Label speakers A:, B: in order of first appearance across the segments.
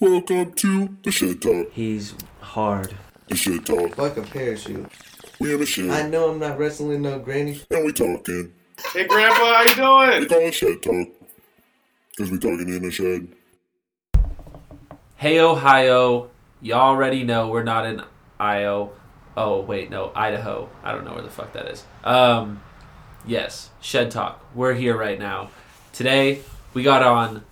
A: Welcome to the shit talk.
B: He's hard.
A: The shit talk.
C: Fuck a parachute.
A: We in the shit,
C: I know I'm not wrestling no granny.
A: and we talking.
D: Hey, Grandpa, how you
A: We
D: doing?
A: call it shit talk, cause we talking in the shed.
B: Hey Ohio, y'all already know we're not in Io. Oh wait, no, Idaho. I don't know where the fuck that is. Um, yes, Shed Talk. We're here right now. Today we got on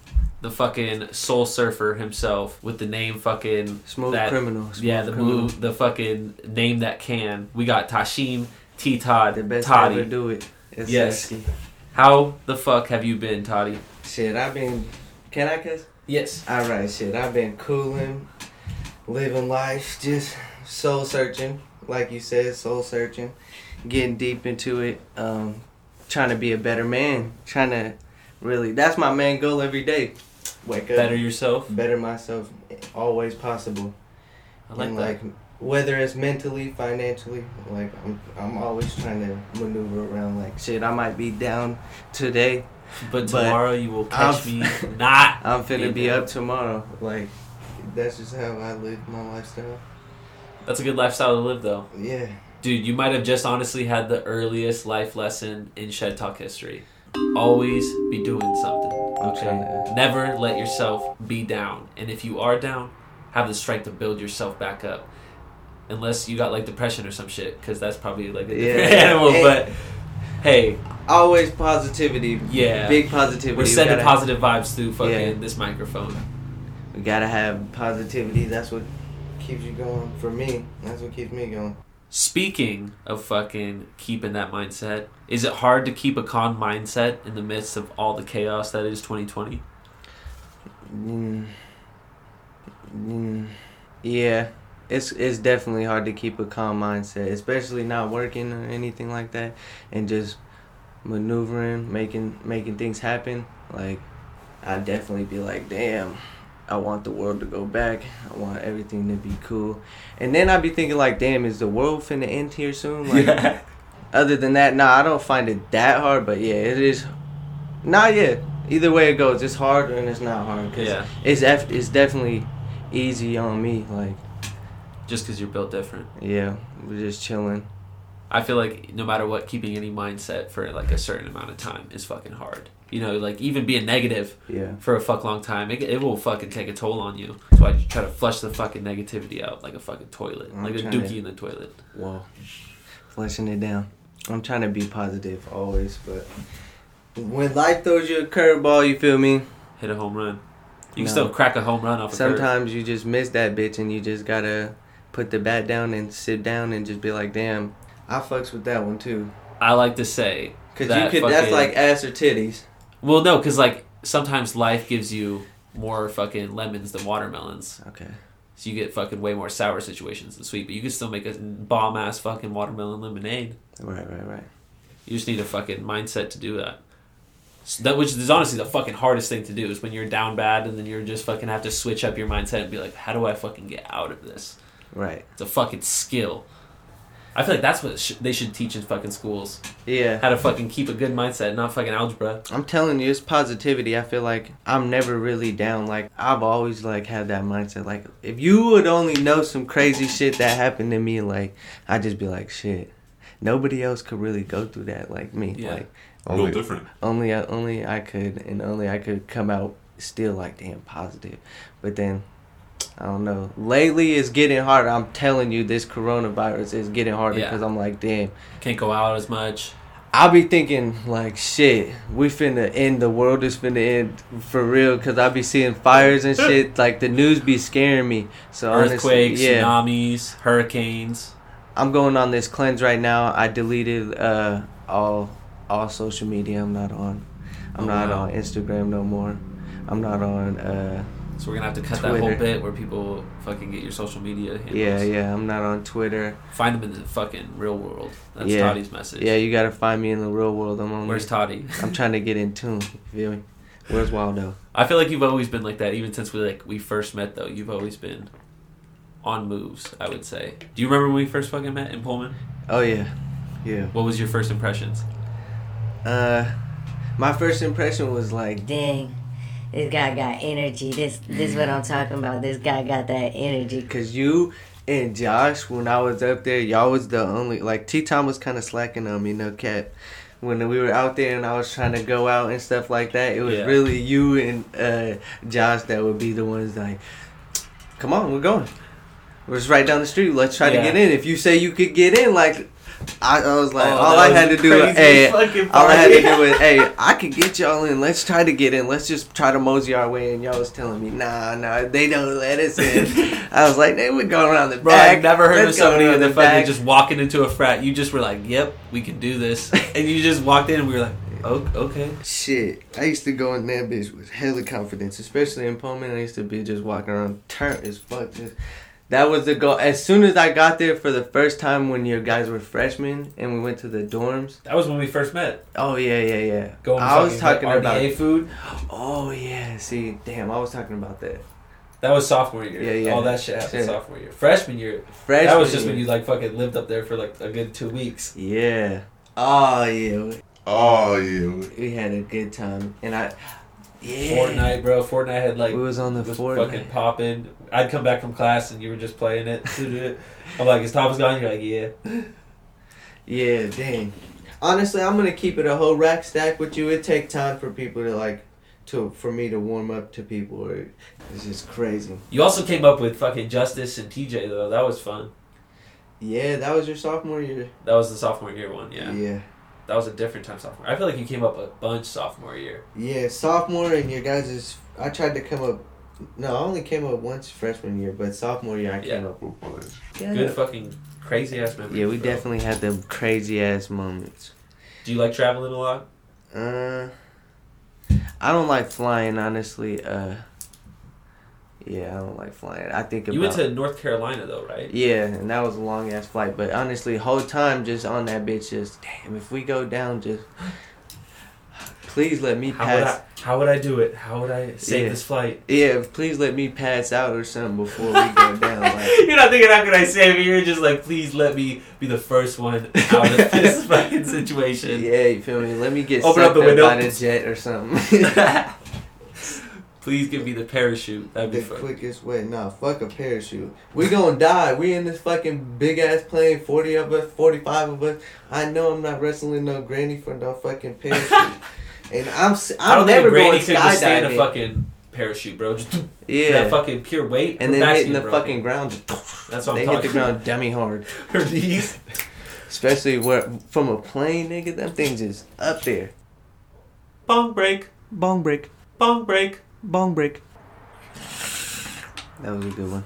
B: the fucking Soul Surfer himself with the name fucking
C: Smooth
B: that-
C: criminal. Smooth
B: yeah, the
C: criminal.
B: move, the fucking name that can. We got Tashim T Todd
C: The best
B: Toddy.
C: ever do it. It's
B: Yes.
C: Sasuke.
B: How the fuck have you been, Toddy?
C: Shit, I've been. Can I cuss?
B: Yes.
C: Alright, shit. I've been cooling, living life, just soul searching. Like you said, soul searching. Getting deep into it. Um, trying to be a better man. Trying to really. That's my main goal every day. Wake up.
B: Better yourself.
C: better myself. Always possible.
B: I like
C: and
B: that.
C: like whether it's mentally, financially, like I'm, I'm always trying to maneuver around. Like shit, I might be down today.
B: But
C: but
B: tomorrow you will catch
C: I'm-
B: me not.
C: I'm finna
B: You
C: be
B: know.
C: up tomorrow. Like that's just how I live my lifestyle.
B: That's a good lifestyle to live, though.
C: Yeah.
B: Dude, you might have just honestly had the earliest life lesson in Shed Talk history. Always be doing something. Okay.
C: tryna-
B: Never let yourself be down. And if you are down, have the strength to build yourself back up. Unless you got like depression or some shit, because that's probably like a
C: Yeah.
B: different animal.
C: Hey.
B: But hey,
C: Always positivity.
B: Yeah.
C: Big positivity.
B: we're
C: We
B: sending
C: gotta-
B: positive vibes through fucking
C: Yeah.
B: this microphone.
C: We gotta have positivity. That's what keeps you going. For me, that's what keeps me going.
B: Speaking of fucking keeping that mindset, is it hard to keep a calm mindset in the midst of all the chaos that is 2020?
C: Mm. Mm. Yeah, it's it's definitely hard to keep a calm mindset, especially not working or anything like that, and just maneuvering, making making things happen. Like, I'd definitely be like, damn. I want the world to go back. I want everything to be cool. And then I'd be thinking like, damn, is the world finna end here soon? Like other than that, nah, I don't find it that hard, but yeah, it is not yet. Either way it goes, it's hard and it's not hard. 'cause
B: Yeah.
C: it's eff- it's definitely easy on me. Like,
B: Just because you're built different.
C: yeah, we're just chilling.
B: I feel like no matter what, keeping any mindset for like a certain amount of time is fucking hard. You know, like even being negative
C: Yeah,
B: for a fuck long time, it, it will fucking take a toll on you. That's why I just try to flush the fucking negativity out like a fucking toilet,
C: I'm
B: like a
C: tryna-
B: dookie in the toilet.
C: whoa, flushing it down. I'm trying to be positive always, but when life throws you a curveball, you feel me?
B: Hit a home run. You can
C: No.
B: still crack a home run off. a curve.
C: Sometimes you just miss that bitch and you just gotta put the bat down and sit down and just be like, damn, I fucks with that one too.
B: I like to say
C: Cause
B: That
C: you could. That's
B: fucking-
C: like ass or titties.
B: Well, no, because like sometimes life gives you more fucking lemons than watermelons,
C: Okay.
B: so you get fucking way more sour situations than sweet. But you can still make a bomb ass fucking watermelon lemonade.
C: Right, right, right.
B: You just need a fucking mindset to do that. So that which is honestly the fucking hardest thing to do is when you're down bad and then you're just fucking have to switch up your mindset and be like, how do I fucking get out of this?
C: Right.
B: It's a fucking skill. I feel like that's what sh- they should teach in fucking schools.
C: Yeah.
B: How to fucking keep a good mindset, not fucking algebra.
C: I'm telling you, it's positivity. I feel like I'm never really down. Like I've always like had that mindset. Like if you would only know some crazy shit that happened to me, like I'd just be like, shit. Nobody else could really go through that like me.
B: Yeah.
C: Like
A: Real
C: only,
A: different.
C: only, uh, only I could, and only I could come out still like damn positive. But then, I don't know. Lately, it's getting harder. I'm telling you, this coronavirus is getting harder
B: Yeah.
C: because I'm like, damn.
B: Can't go out as much.
C: I be thinking like shit. We finna end. The world is finna end for real. Cause I be seeing fires and shit. Like the news be scaring me. So
B: earthquakes,
C: honestly, yeah,
B: tsunamis, hurricanes.
C: I'm going on this cleanse right now. I deleted uh, all all social media. I'm not on. I'm
B: Oh,
C: not
B: wow.
C: on Instagram no more. I'm not on. Uh,
B: So we're gonna have to cut that
C: Twitter.
B: whole bit where people fucking get your social media. Handles.
C: yeah, yeah. I'm not on Twitter.
B: Find them in the fucking real world. That's
C: Yeah.
B: Toddy's message.
C: Yeah, you gotta find me in the real world. I'm on.
B: Where's Toddy?
C: I'm trying to get in tune. You feel me? Where's Waldo?
B: I feel like you've always been like that, even since we like we first met. Though you've always been on moves. I would say. Do you remember when we first fucking met in Pullman?
C: Oh yeah, yeah.
B: What was your first impressions?
C: Uh, my first impression was like,
E: Dang, This guy got energy. This this what I'm talking about. This guy got that energy.
C: Cause you and Josh, when I was up there, y'all was the only like T Tom was kind of slacking on me, no cap. When we were out there and I was trying to go out and stuff like that, it was
B: Yeah.
C: really you and uh, Josh that would be the ones like, "Come on, we're going. We're just right down the street. Let's try to
B: Yeah.
C: get in. If you say you could get in, like." I, I was like,
B: Oh,
C: all
B: that
C: I
B: was
C: had to do was,
F: Crazy
C: hey,
F: fucking
C: all I had to
F: party.
C: do was, hey, I could get y'all in. Let's try to get in. Let's just try to mosey our way. And y'all was telling me, nah, nah, they don't let us in. I was like, they would go around the
B: Bro,
C: back.
B: I've never heard of
C: Let's go
B: somebody
C: around
B: in the
C: the
B: fucking
C: back."
B: just walking into a frat. You just were like, "Yep, we can do this," and you just walked in, and we were like, "Oh, okay."
C: Shit, I used to go in that bitch with hella confidence, especially in Pullman. I used to be just walking around turnt as fuck. Just, that was the goal. As soon as I got there for the first time when your guys were freshmen and we went to the dorms.
B: That was when we first met.
C: Oh yeah, yeah, yeah.
B: Going
C: I was talking about.
B: food.
C: Oh yeah, see, damn, I was talking about that.
B: That was sophomore year.
C: Yeah, yeah.
B: All that shit happened
C: Yeah.
B: sophomore year. Freshman year,
C: Freshman.
B: that was just when
C: year.
B: you like fucking lived up there for like a good two weeks.
C: Yeah. Oh yeah, we-
F: Oh yeah.
C: we had a good time, and I. Yeah.
B: Fortnite, bro. Fortnite had like
C: we was on the
B: was
C: Fortnite.
B: fucking popping. I'd come back from class and you were just playing it. I'm like, "Is Thomas gone?" You're like, "Yeah."
C: Yeah, dang. Honestly, I'm gonna keep it a whole rack stack with you. It take time for people to like, to for me to warm up to people. Or, it's just crazy.
B: You also came up with fucking Justice and TJ though. That was fun.
C: Yeah, that was your sophomore year.
B: That was the sophomore year one. Yeah.
C: yeah,
B: That was a different time sophomore. I feel like you came up a bunch sophomore year.
C: Yeah, Sophomore and your guys is. I tried to come up. No, I only came up once freshman year, but sophomore year I came
B: Yeah.
C: up with once.
B: Good fucking crazy ass memories.
C: Yeah, we
B: bro.
C: definitely had them crazy ass moments.
B: Do you like traveling a lot?
C: Uh, I don't like flying, honestly. Uh, yeah, I don't like flying. I think about
B: You went to North Carolina though, right?
C: yeah, and that was a long ass flight. But honestly, whole time just on that bitch, just damn. If we go down, just please let me
B: How would
C: pass.
B: I? How would I do it? How would I save
C: Yeah.
B: this flight?
C: Yeah, please let me pass out or something before we go down. Like,
B: You're not thinking how could I save it. You're just like, please let me be the first one out of this fucking situation.
C: yeah, you feel me? Let me get open
B: Open up
C: up
B: the window.
C: by the jet or something.
B: please give me the parachute. That'd be
C: The
B: fun.
C: quickest way, nah, fuck a parachute. We gonna die. We in this fucking big ass plane, forty of us, forty five of us. I know I'm not wrestling no granny for no fucking parachute, and I'm s-
B: I
C: I'm
B: don't
C: never
B: think Brady
C: going
B: could withstand a
C: skydiving.
B: fucking parachute, bro. Just that
C: Yeah,
B: fucking pure weight.
C: and
B: her
C: then
B: back's
C: hitting the
B: getting
C: fucking
B: broken.
C: ground.
B: That's what I'm
C: they hit
B: talking
C: the ground dummy hard,
B: Her knees.
C: especially where from a plane, nigga. Them things is up there.
B: Bong break.
C: Bong break,
B: Bong break.
C: bong break. That was a good one.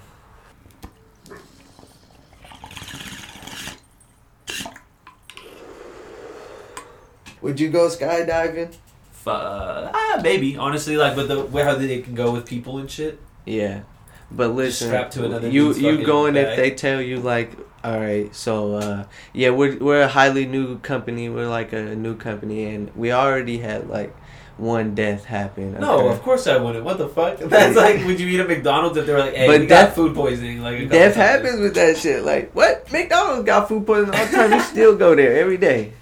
C: Would you go skydiving?
B: Fu- Uh, ah, maybe honestly, like, but the way how they can go with people and shit.
C: Yeah, but listen,
B: strapped to another
C: you
B: dude's
C: you
B: fucking
C: going
B: bag.
C: if they tell you like, all right, so uh, yeah, we're we're a highly new company. We're like a new company, and we already had like one death happen.
B: No,
C: okay?
B: of course I wouldn't. What the fuck? That's like, would you eat at McDonald's if they were like, "Hey,
C: But
B: we got
C: death-
B: food poisoning"? Like, a couple
C: Death
B: times.
C: happens with that shit. Like what? McDonald's got food poisoning all the time. You still go there every day.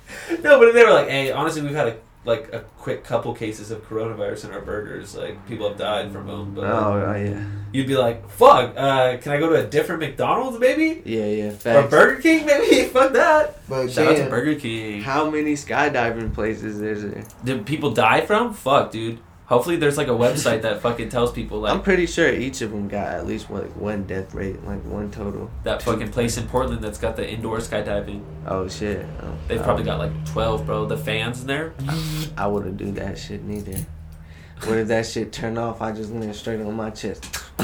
B: No, but if they were like, "Hey, honestly, we've had a like a quick couple cases of coronavirus in our burgers. Like, people have died from them." But like,
C: Oh yeah,
B: you'd be like, "Fuck, uh, can I go to a different McDonald's maybe?"
C: yeah, yeah.
B: Or
C: Facts.
B: Burger King, maybe? Fuck that.
C: But
B: Shout out to
C: Oh, damn,
B: Burger King.
C: how many skydiving places there's there?
B: Did people die from? Fuck, dude. Hopefully, there's like a website that fucking tells people like
C: I'm pretty sure each of them got at least like one death rate, like one total.
B: that fucking place in Portland that's got the indoor skydiving.
C: Oh shit. Oh,
B: They've
C: I
B: probably got like twelve, bro. The fans in there.
C: I wouldn't do that shit neither. What if that shit turned off? I just land straight on my chest.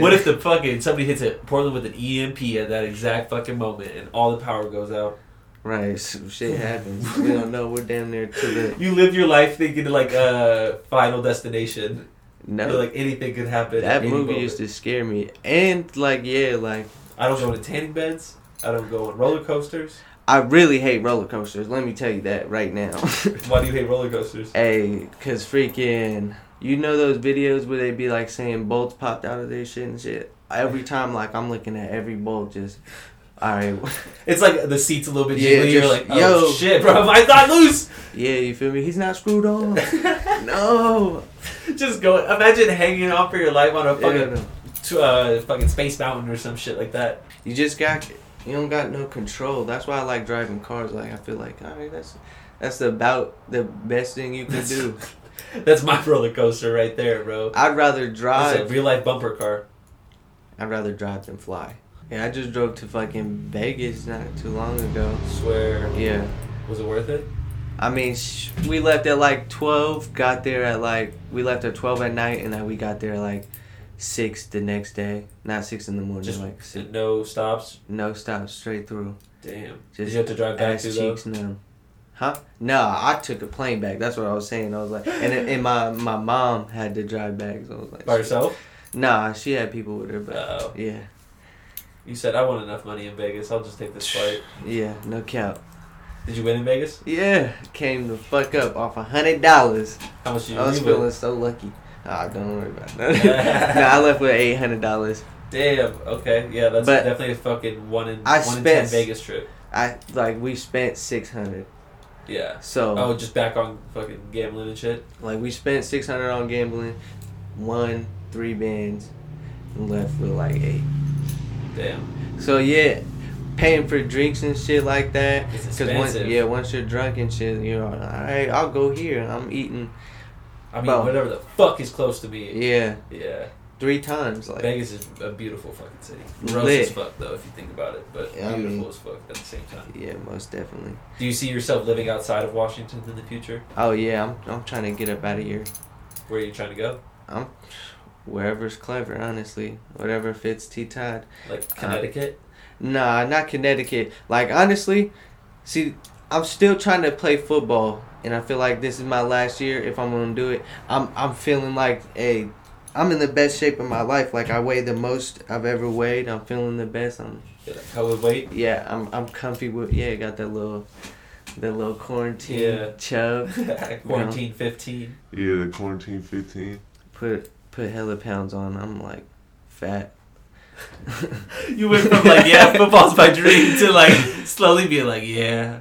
B: What if the fucking somebody hits it Portland with an EMP at that exact fucking moment and all the power goes out?
C: right? Some shit happens. We don't know. We're damn near to the
B: You live your life thinking like uh, Final Destination. You're
C: no.
B: like anything could happen. at
C: that
B: any
C: movie
B: moment.
C: used to scare me, and like yeah, like
B: I don't go to tanning beds. I don't go on roller coasters.
C: I really hate roller coasters. Let me tell you that right now.
B: Why do you hate roller coasters?
C: hey, cause freaking, you know those videos where they be like saying bolts popped out of their shit and shit. Every time, like I'm looking at every bolt, just all right.
B: It's like the seat's a little bit
C: Yeah,
B: jiggly. You're
C: just-
B: like, oh shit, bro, mine's not loose.
C: Yeah, you feel me? He's not screwed on. No.
B: Just go. Imagine hanging off for your life on a
C: Yeah,
B: fucking,
C: no.
B: t- uh, fucking space mountain or some shit like that.
C: You just got you don't got no control. That's why I like driving cars. Like I feel like all right, that's that's about the best thing you can
B: That's,
C: do.
B: that's my roller coaster right there, bro.
C: I'd rather
B: That's a
C: drive.
B: real life bumper car.
C: I'd rather drive than fly. Yeah, I just drove to fucking Vegas not too long ago.
B: Swear.
C: Yeah.
B: Was it worth it?
C: I mean, sh- we left at like 12, got there at like, we left at 12 at night, and then we got there at like 6 the next day. Not 6 in the morning,
B: Just-
C: like 6.
B: No stops.
C: No stop, straight through.
B: Damn. Did
C: Just
B: you have to drive back
C: ass
B: to though?
C: cheeks numb. Huh? No, I took a plane back. That's what I was saying. I was like, and and my my mom had to drive back. So I was like,
B: By yourself?
C: Nah, she had people with her, but
B: Uh-oh.
C: yeah,
B: You said I want enough money in Vegas. I'll just take this flight.
C: yeah, no cap.
B: Did you win in Vegas?
C: Yeah, came the fuck up off a hundred dollars.
B: How much did you
C: I was
B: leave with?
C: feeling so lucky. Ah, don't worry about that. nah, I left with eight hundred dollars.
B: Damn. Okay. Yeah, that's
C: But-
B: definitely a fucking one in
C: I
B: one in ten
C: spent-
B: Vegas trip.
C: I like we spent six hundred.
B: Yeah.
C: So
B: Oh, just back on fucking gambling and shit.
C: like we spent six hundred on gambling, won three bands, and left with like eight.
B: Damn.
C: So yeah, paying for drinks and shit like that.
B: It's
C: once
B: expensive.
C: yeah, once you're drunk and shit, you know, all right, I'll go here. I'm eating.
B: I mean,
C: Bro.
B: whatever the fuck is close to me.
C: Yeah,
B: Yeah.
C: three times like.
B: Vegas is a beautiful fucking city. Gross
C: Lit.
B: as fuck though, if you think about it, but
C: Yeah, I
B: beautiful
C: mean-
B: as fuck at the same time.
C: Yeah, most definitely.
B: Do you see yourself living outside of Washington in the future?
C: Oh yeah, I'm I'm trying to get up out of here.
B: Where are you trying to go?
C: I'm wherever's clever, honestly. Whatever fits T Todd.
B: Like Connecticut?
C: Nah, not Connecticut. Like honestly, see, I'm still trying to play football, and I feel like this is my last year. If I'm gonna do it, I'm I'm feeling like hey, I'm in the best shape of my life. Like I weigh the most I've ever weighed. I'm feeling the best. I'm
B: Yeah, like Howard Wait.
C: yeah, I'm I'm comfy with yeah. Got that little, that little quarantine
B: Yeah.
C: chub.
B: Quarantine fifteen.
D: Yeah, the quarantine 15.
C: Put put hella pounds on. I'm like fat.
B: You went from like, yeah, football's my dream to like slowly being like, yeah.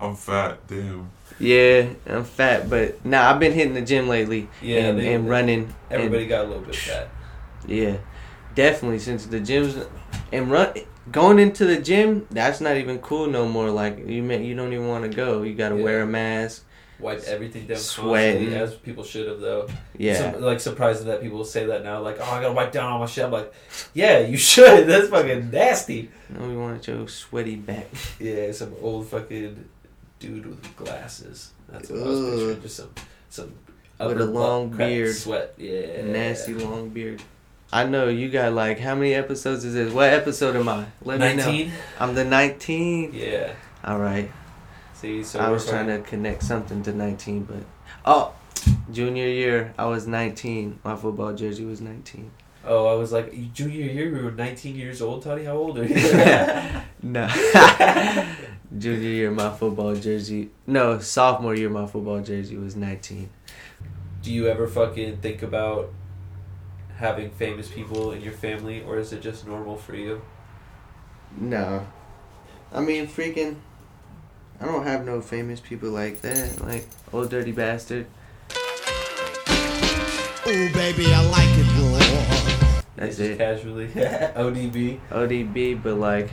D: I'm fat, damn.
C: Yeah, I'm fat, but nah, I've been hitting the gym lately
B: Yeah,
C: and,
B: they-
C: and running.
B: Everybody got a little bit of that.
C: And, yeah, definitely since the gyms and run going into the gym, that's not even cool no more. Like you may, you don't even want to go. You got to
B: Yeah.
C: wear a mask.
B: Wipe everything down
C: Sweating.
B: constantly, as people should have though.
C: Yeah,
B: Some- like surprising that people say that now, like, oh I gotta wipe down all my shit. I'm like, yeah, you should. That's fucking nasty.
C: no, we want your sweaty back.
B: Yeah, some old fucking dude with glasses. That's what I was
C: Ugh.
B: picturing. Just some some
C: With
B: upper
C: a long
B: butt crack
C: beard.
B: sweat. Yeah,
C: Nasty long beard. I know you got like how many episodes is this? What episode am I? Let me know.
B: Nineteen.
C: I'm the 19th.
B: Yeah.
C: All right.
B: See, so
C: I
B: we're
C: was trying
B: fucking-
C: to connect something to 19, but oh, junior year I was 19. My football jersey was 19.
B: Oh, I was like, "You- junior year, we were 19 years old, Tony. How old are you?
C: No, junior year my football jersey. No, sophomore year my football jersey was 19.
B: Do you ever fucking think about having famous people in your family, or is it just normal for you?
C: No, I mean freaking. I don't have no famous people like that, like old dirty bastard.
F: Ooh, baby, I like it raw.
C: That's
B: just
C: it.
B: Casually, ODB.
C: ODB, but like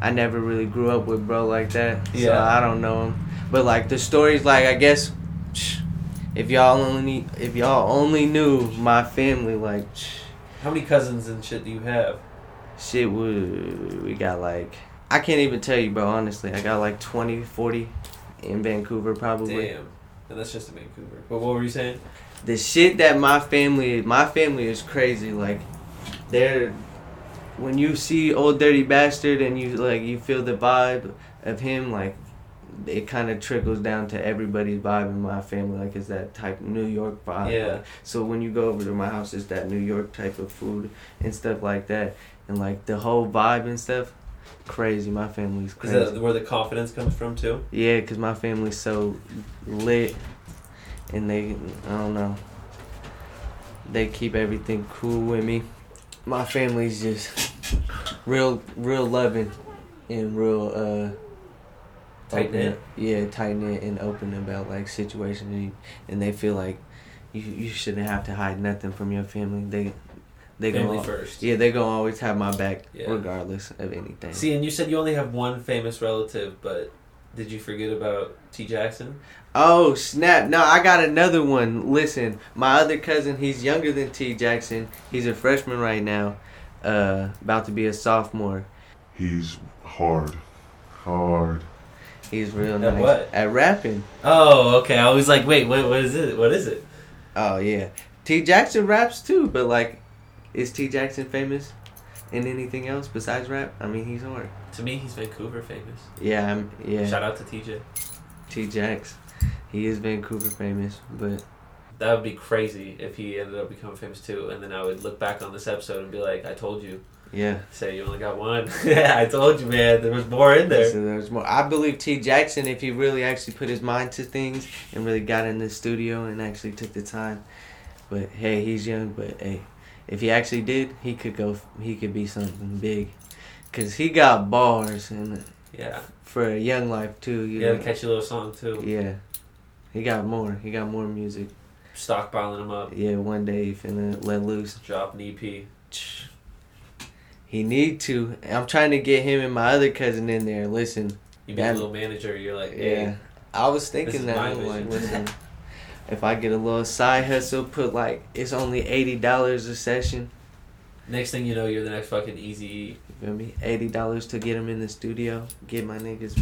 C: I never really grew up with bro like that, so
B: Yeah.
C: I don't know him. But like the stories, like I guess if y'all only if y'all only knew my family, like
B: How many cousins and shit do you have?
C: shit, we we got like I can't even tell you, bro. Honestly, I got like 20, 40 in Vancouver probably.
B: Damn, and that's just in Vancouver. But what were you saying?
C: the shit that my family my family is crazy like they're when you see old dirty bastard and you like you feel the vibe of him like it kind of trickles down to everybody's vibe in my family like it's that type new york vibe like.
B: Yeah.
C: so when you go over to my house it's that new york type of food and stuff like that and like the whole vibe and stuff crazy my family's
B: Is
C: crazy
B: that where the confidence comes from too?
C: yeah, because my family's so lit, and they, I don't know, they keep everything cool with me. My family's just real, real loving, and real, uh,
B: Tighten
C: open
B: it.
C: up- Yeah, tighten it and open about like situations, and, you, and they feel like you you shouldn't have to hide nothing from your family. They they
B: Family
C: gonna,
B: first.
C: Yeah, they gonna always have my back
B: Yeah.
C: regardless of anything.
B: See, and you said you only have one famous relative, but did you forget about T. Jackson?
C: Oh snap! No, I got another one. Listen, my other cousin, he's younger than T. Jackson. He's a freshman right now, uh, about to be a sophomore.
D: He's hard. Hard.
C: He's real
B: At
C: nice
B: what?
C: at rapping.
B: Oh, okay. I was like, wait, wait, what is it? What is it?
C: Oh yeah, T. Jackson raps too, but like, is T. Jackson famous in anything else besides rap? I mean, he's hard.
B: To me, he's Vancouver famous.
C: Yeah, I'm, yeah.
B: Shout out to TJ.
C: T. Jax, he is Vancouver famous, but
B: That would be crazy if he ended up becoming famous too, and then I would look back on this episode and be like, I told you.
C: yeah.
B: Say you only got one. yeah, I told you, man. There was more in there.
C: So there's more. I believe T. Jackson, if he really actually put his mind to things and really got in the studio and actually took the time, but hey, he's young. But hey, if he actually did, he could go. He could be something big, cause he got bars and
B: Yeah.
C: for a young life too. You
B: You got a
C: know?
B: catchy little song too.
C: Yeah, he got more. He got more music.
B: Stockpiling them up.
C: Yeah, one day he finna let loose.
B: Drop an E EP.
C: He need to. I'm trying to get him and my other cousin in there. Listen,
B: You be
C: That-
B: a little manager. You're like, hey,
C: yeah, I was
B: is
C: thinking that.
B: my
C: I'm like,
B: vision.
C: listen, if I get a little side hustle, put like it's only eighty dollars a session.
B: Next thing you know, you're the next fucking Easy.
C: You feel me? Eighty dollars to get him in the studio. Get my niggas.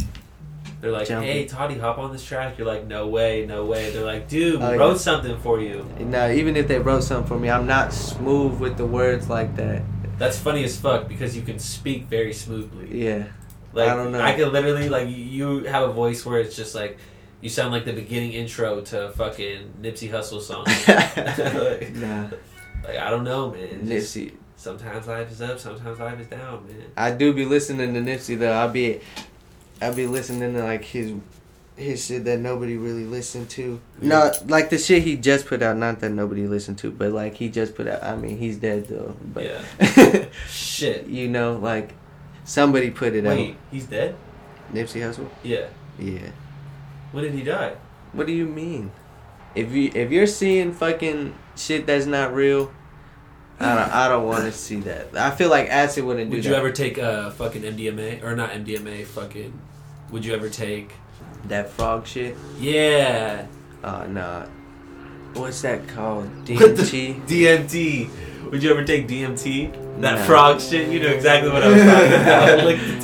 B: They're like,
C: Jumping.
B: hey, Toddy, hop on this track. You're like, no way, no way. They're like, dude, we
C: Oh, yeah.
B: wrote something for you.
C: Now, even if they wrote something for me, I'm not smooth with the words like that.
B: That's funny as fuck because you can speak very smoothly.
C: Yeah.
B: Like,
C: I don't know.
B: I could literally like y- you have a voice where it's just like you sound like the beginning intro to a fucking Nipsey Hussle song. like,
C: nah.
B: like, I don't know, man. Just-
C: Nipsey.
B: Sometimes life is up, sometimes life is down, man.
C: I do be listening to Nipsey though. I be, I be listening to like his, his shit that nobody really listened to. No, like the shit he just put out. Not that nobody listened to, but like he just put out. I mean, he's dead though. But
B: Shit.
C: you know, like somebody put it
B: Wait,
C: out.
B: he's dead?
C: Nipsey Hussle.
B: Yeah.
C: Yeah.
B: When did he die?
C: What do you mean? If you if you're seeing fucking shit that's not real, I don't I don't want to see that. I feel like acid wouldn't do
B: Would
C: that.
B: you ever take uh, fucking MDMA or not MDMA? Fucking. Would you ever take?
C: that frog shit?
B: Yeah.
C: Uh nah. What's that called?
B: What the-
C: DMT?
B: DMT. Would you ever take DMT? That
C: No.
B: frog shit. You know exactly what I was talking about. Lick the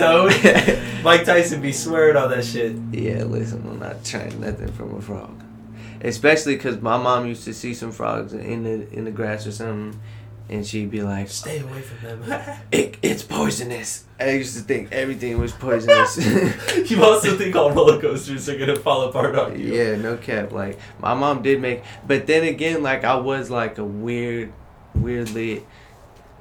B: toad. Mike Tyson be swearing all that shit.
C: yeah, listen, I'm not trying nothing from a frog. Especially because my mom used to see some frogs in the in the grass or something, and she'd be like,
B: Stay away from them.
C: it, "It's poisonous." I used to think everything was poisonous.
B: you also think all roller coasters are gonna fall apart on you.
C: yeah, no cap. Like my mom did make, but then again, like I was like a weird, weirdly,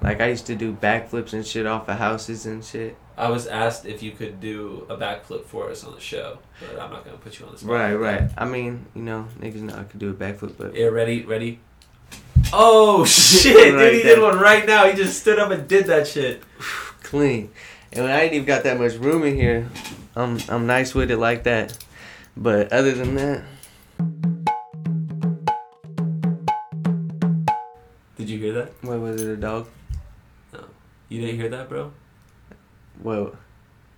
C: like I used to do backflips and shit off of houses and shit.
B: I was asked if you could do a backflip for us on the show, but I'm not gonna put you on the spot.
C: Right, right. I mean, you know, niggas know I could do a backflip, but
B: Yeah, ready, ready. Oh shit, dude!
C: Right
B: He did
C: there.
B: one right now. He just stood up and did that shit.
C: clean. And when I ain't even got that much room in here, I'm I'm nice with it like that. But other than that,
B: Did you hear that?
C: what was it, a dog?
B: You didn't hear that, bro?
C: Well,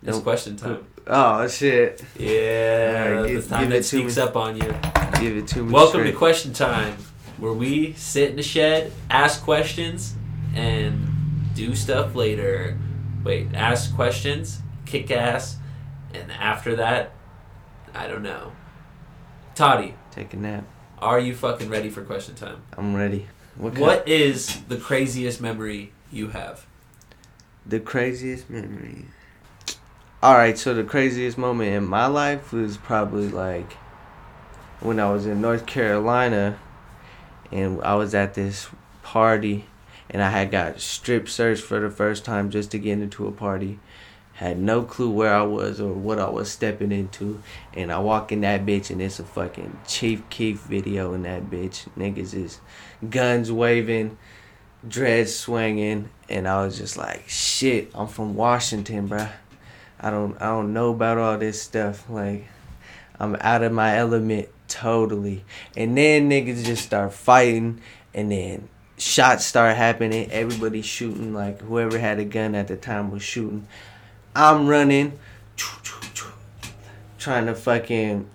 B: It's
C: Nope.
B: question time.
C: oh shit,
B: Yeah,
C: Alright,
B: the
C: give-
B: time
C: give
B: that
C: it to
B: sneaks
C: me.
B: up on you.
C: give it to me.
B: Welcome
C: straight.
B: to question time, where we sit in the shed, ask questions, and do stuff later. Wait, ask questions, kick ass, and after that, I don't know. Toddy,
C: Take a nap.
B: are you fucking ready for question time?
C: I'm ready. What? kind-
B: What is the craziest memory you have?
C: The craziest memory. All right, so the craziest moment in my life was probably like when I was in North Carolina and I was at this party and I had got strip searched for the first time just to get into a party. Had no clue where I was or what I was stepping into. And I walk in that bitch and it's a fucking Chief Keef video in that bitch. Niggas is guns waving dreads swinging, and I was just like, "Shit, I'm from Washington, bruh. I don't I don't know about all this stuff. Like I'm out of my element totally. And then niggas just start fighting and then shots start happening. Everybody shooting like whoever had a gun at the time was shooting. I'm running trying to fucking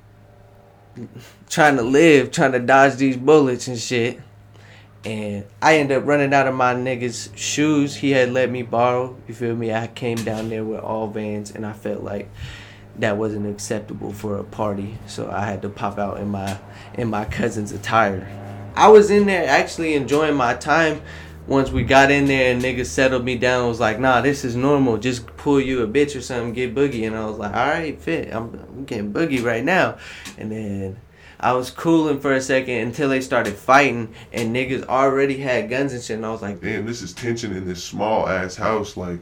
C: trying to live, trying to dodge these bullets and shit. And I end up running out of my nigga's shoes he had let me borrow. You feel me? I came down there with all vans and I felt like that wasn't acceptable for a party. So I had to pop out in my in my cousin's attire. I was in there actually enjoying my time. Once we got in there and niggas settled me down, was like, nah, this is normal. Just pull you a bitch or something, get boogie. And I was like, all right, fit. I'm, I'm getting boogie right now. And then I was cooling for a second until they started fighting and niggas already had guns and shit. And I was like,
D: Damn, this is tension in this small ass house. Like,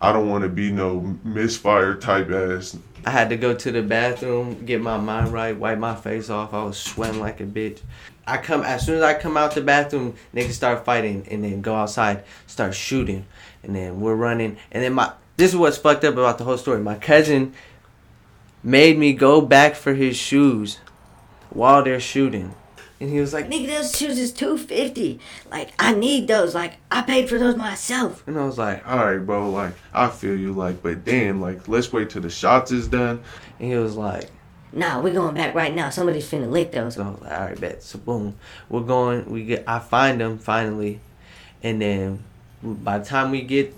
D: I don't want to be no misfire type ass.
C: I had to go to the bathroom, get my mind right, wipe my face off. I was sweating like a bitch. I come as soon as I come out the bathroom, niggas start fighting and then go outside, start shooting, and then we're running. And then my this is what's fucked up about the whole story. My cousin made me go back for his shoes while they're shooting, and he was like,
E: Nigga, those shoes is two fifty. Like I need those. Like I paid for those myself.
C: and I was like,
D: All right, bro. Like, I feel you. Like, but damn, like, let's wait till the shots is done.
C: and he was like,
E: Nah, we going back right now. Somebody's finna lick those.
C: So I was like, all right, bet. So boom, we're going. We get. I find them finally, and then by the time we get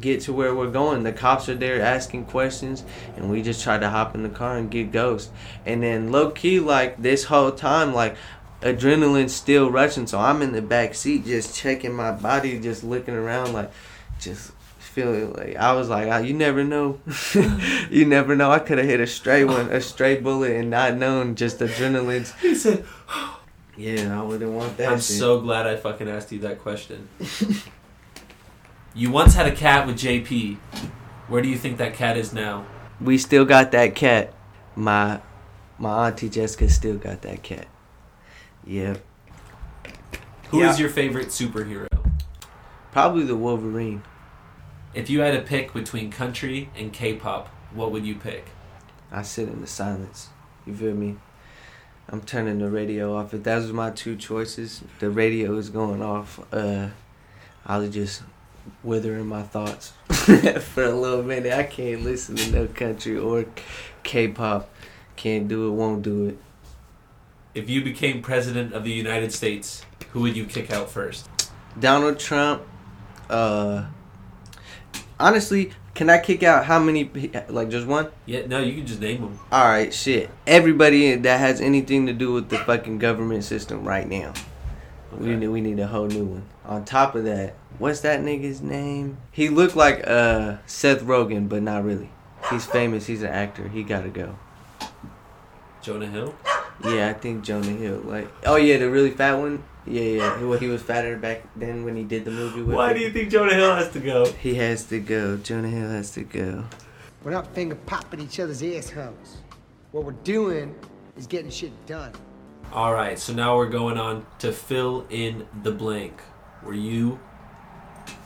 C: get to where we're going, the cops are there asking questions, and we just try to hop in the car and get ghost. And then low key, like this whole time, like adrenaline still rushing. So I'm in the back seat, just checking my body, just looking around, like just. Feeling like I was like, ah, you never know, you never know. I could have hit a stray one, a stray bullet, and not known. Just adrenaline's
B: He said,
C: yeah, I wouldn't want that.
B: I'm
C: shit.
B: so glad I fucking asked you that question. you once had a cat with JP. Where do you think that cat is now?
C: We still got that cat. My my auntie Jessica still got that cat. Yep.
B: Who is
C: Yeah.
B: your favorite superhero?
C: Probably the Wolverine.
B: If you had to pick between country and K-pop, what would you pick?
C: I sit in the silence. You feel me? I'm turning the radio off. If that was my two choices, the radio is going off. Uh, I was just withering my thoughts for a little minute. I can't listen to no country or K-pop. Can't do it. Won't do it.
B: If you became president of the United States, who would you kick out first?
C: Donald Trump. Uh, honestly, can I kick out how many? pe- Like just one?
B: Yeah, no, you can just name them.
C: All right, shit. Everybody that has anything to do with the fucking government system right now. We need we need a whole new one. On top of that, what's that nigga's name? He looked like uh Seth Rogen, but not really. He's famous. He's an actor. He gotta go.
B: Jonah Hill.
C: Yeah, I think Jonah Hill. Like, oh yeah, the really fat one. Yeah, yeah. He, he was fatter back then when he did the movie. With
B: Why do you think Jonah Hill has to go?
C: He has to go. Jonah Hill has to go.
G: We're not finger popping each other's assholes. What we're doing is getting shit done.
B: All right, so now we're going on to fill in the blank, where you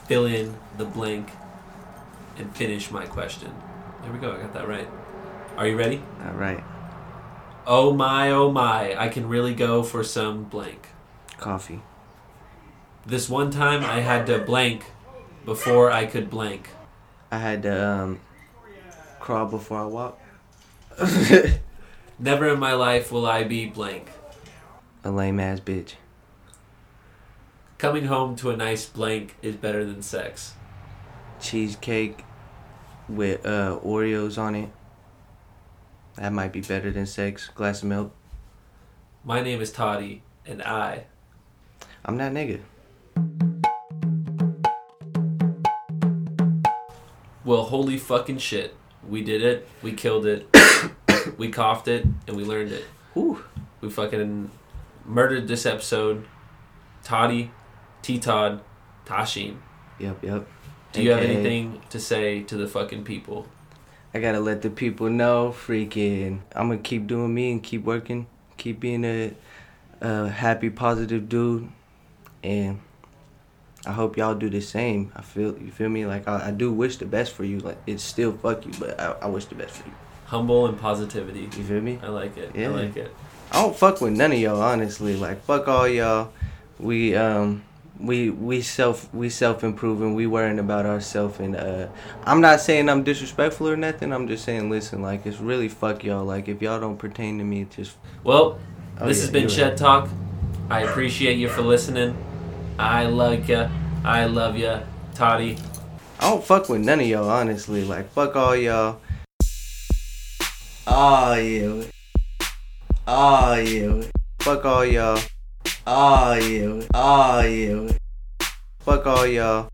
B: fill in the blank and finish my question. There we go. I got that right. Are you ready?
C: All right.
B: Oh my, oh my! I can really go for some blank.
C: Coffee.
B: This one time I had to blank before I could blank.
C: I had to um, crawl before I walk.
B: Never in my life will I be blank.
C: A lame ass bitch.
B: Coming home to a nice blank is better than sex.
C: Cheesecake with uh, Oreos on it. That might be better than sex. Glass of milk.
B: My name is Toddy, and I.
C: I'm that nigga.
B: Well, holy fucking shit. We did it. We killed it. we coughed it, and we learned it.
C: Whew.
B: We fucking murdered this episode. Toddy, T Todd, Tashin.
C: Yep, yep.
B: Do you have
C: AKA,
B: anything to say to the fucking people?
C: I gotta let the people know. Freaking. I'm gonna keep doing me and keep working. Keep being a, a happy, positive dude. And I hope y'all do the same. I feel you feel me. Like I, I do wish the best for you. Like it's still fuck you, but I, I wish the best for you.
B: Humble and positivity.
C: You feel me?
B: I like it.
C: Yeah.
B: I like it.
C: I don't fuck with none of y'all, honestly. Like fuck all y'all. We um we we self we self improving. We worrying about ourselves and uh I'm not saying I'm disrespectful or nothing. I'm just saying listen, like it's really fuck y'all. Like if y'all don't pertain to me, it's just
B: Well,
C: Oh,
B: this
C: yeah,
B: has been
C: you're
B: Shed Talk. I appreciate you for listening. I like ya. I love ya, Toddy.
C: I don't fuck with none of y'all, honestly. Like fuck all y'all. Oh yeah. Oh yeah. Fuck all y'all. Oh yeah. Oh yeah. Fuck all y'all.